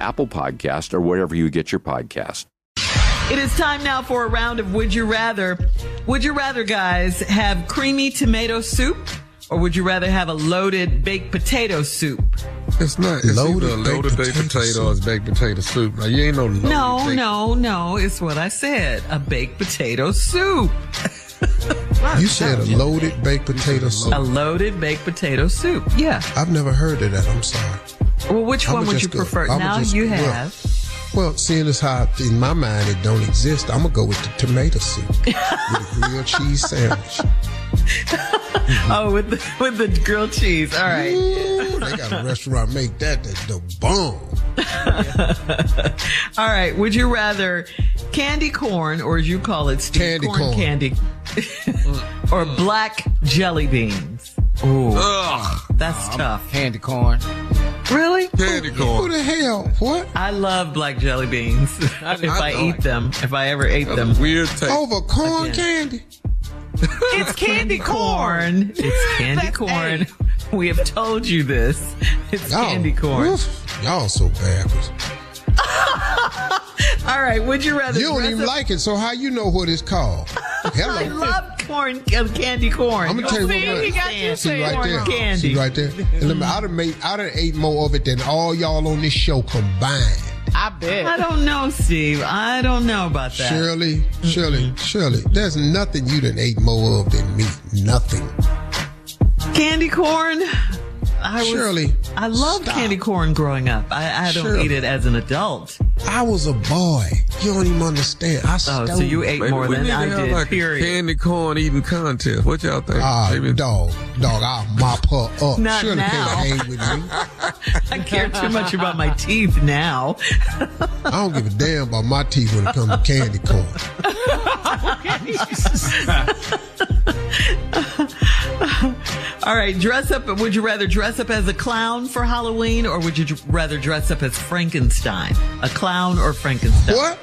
Apple Podcast, or wherever you get your podcast. It is time now for a round of Would You Rather. Would you rather, guys, have creamy tomato soup or would you rather have a loaded baked potato soup? It's not. It's Loaded loaded either loaded baked baked, potato potato or baked potato soup. Now you ain't no loaded No, baked- no, no. It's what I said a baked potato soup. You said a loaded baked potato A soup. loaded baked potato soup. Yeah. I've never heard of that. I'm sorry. Well, which I'ma one would just you go- prefer? I'ma now just- you well, have. Well, seeing as how in my mind it don't exist, I'm gonna go with the tomato soup with a grilled cheese sandwich. Oh, with the, with the grilled cheese. All right. Ooh, they got a restaurant make that. That's the bomb. All right. Would you rather candy corn, or as you call it, Steve, Candy corn. candy, or black jelly beans? Ugh, That's tough. Candy corn. Really? candy Who corn. the hell? What? I love black jelly beans. if I, know. eat them, if I ever ate them, That's a weird taste. Over corn candy? it's candy corn. It's candy corn. We have told you this. It's Y'all- candy corn. Oh. Oof, y'all so backwards. All right. Would you rather? You don't even dress like it, so how you know what it's called? Hello. up- I love corn, uh, candy corn. I'm gonna tell you See, what. he got you see saying right corn there. candy. See right there. And let me, I'd have made, I'd have ate more of it than all y'all on this show combined. I I bet. don't know, Steve. I don't know about that. Shirley, Shirley, Shirley. There's nothing you done ate more of than me. Nothing. Candy corn. I was, Shirley, I loved stop. candy corn growing up. I, I don't Shirley. eat it as an adult. I was a boy. You don't even understand. I Oh, stole. so you ate Maybe more we than need to I have did. like period. a candy corn eating contest. What y'all think? Ah, Maybe- dog, dog. I'll mop her up. Not Shirley now. can't hang with me. I care too much about my teeth now. I don't give a damn about my teeth when it comes to candy corn. All right, dress up. Would you rather dress up as a clown for Halloween, or would you dr- rather dress up as Frankenstein? A clown or Frankenstein? What?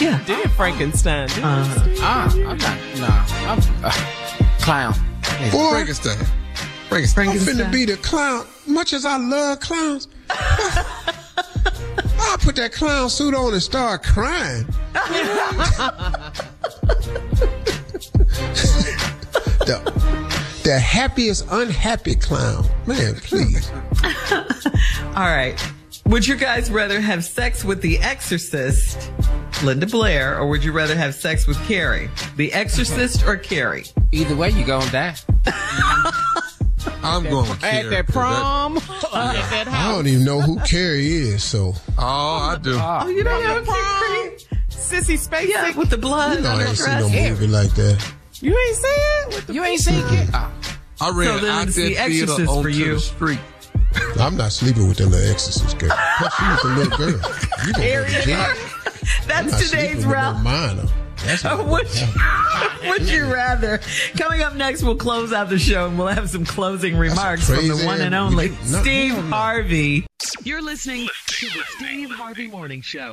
Yeah. Did Frankenstein? Did Uh, Ah, I'm not. Nah. I'm, uh, clown. Boy, Frankenstein. Frankenstein. I'm finna Frankenstein. be the clown. Much as I love clowns, I put that clown suit on and start crying. the, the happiest, unhappy clown. Man, please. All right. Would you guys rather have sex with the Exorcist, Linda Blair, or would you rather have sex with Carrie, the Exorcist or Carrie? Either way, you gonna die. I'm going with At Carrie, that 'cause that- prom. At that I house. don't even know who Carrie is, so Oh, I do. Oh, you don't have a Prom. Sissy Spacek. Yeah, with the blood you know, on I her ain't seen no dress. movie like that. You ain't see it? With the you ain't seen it? Ah, I So ran then out it's that The theater Exorcist for onto you. the street. I'm not sleeping with that little exorcist girl. Plus, she was a little girl. You don't go to jail. I'm not That's sleeping today's with no round. minor. That's not Would what happened. you, would you rather? Coming up next, we'll close out the show and we'll have some closing remarks from the crazy one and ass- only No, Steve hell no. Harvey. You're listening to the Steve Harvey Morning Show.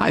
Hi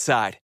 Side.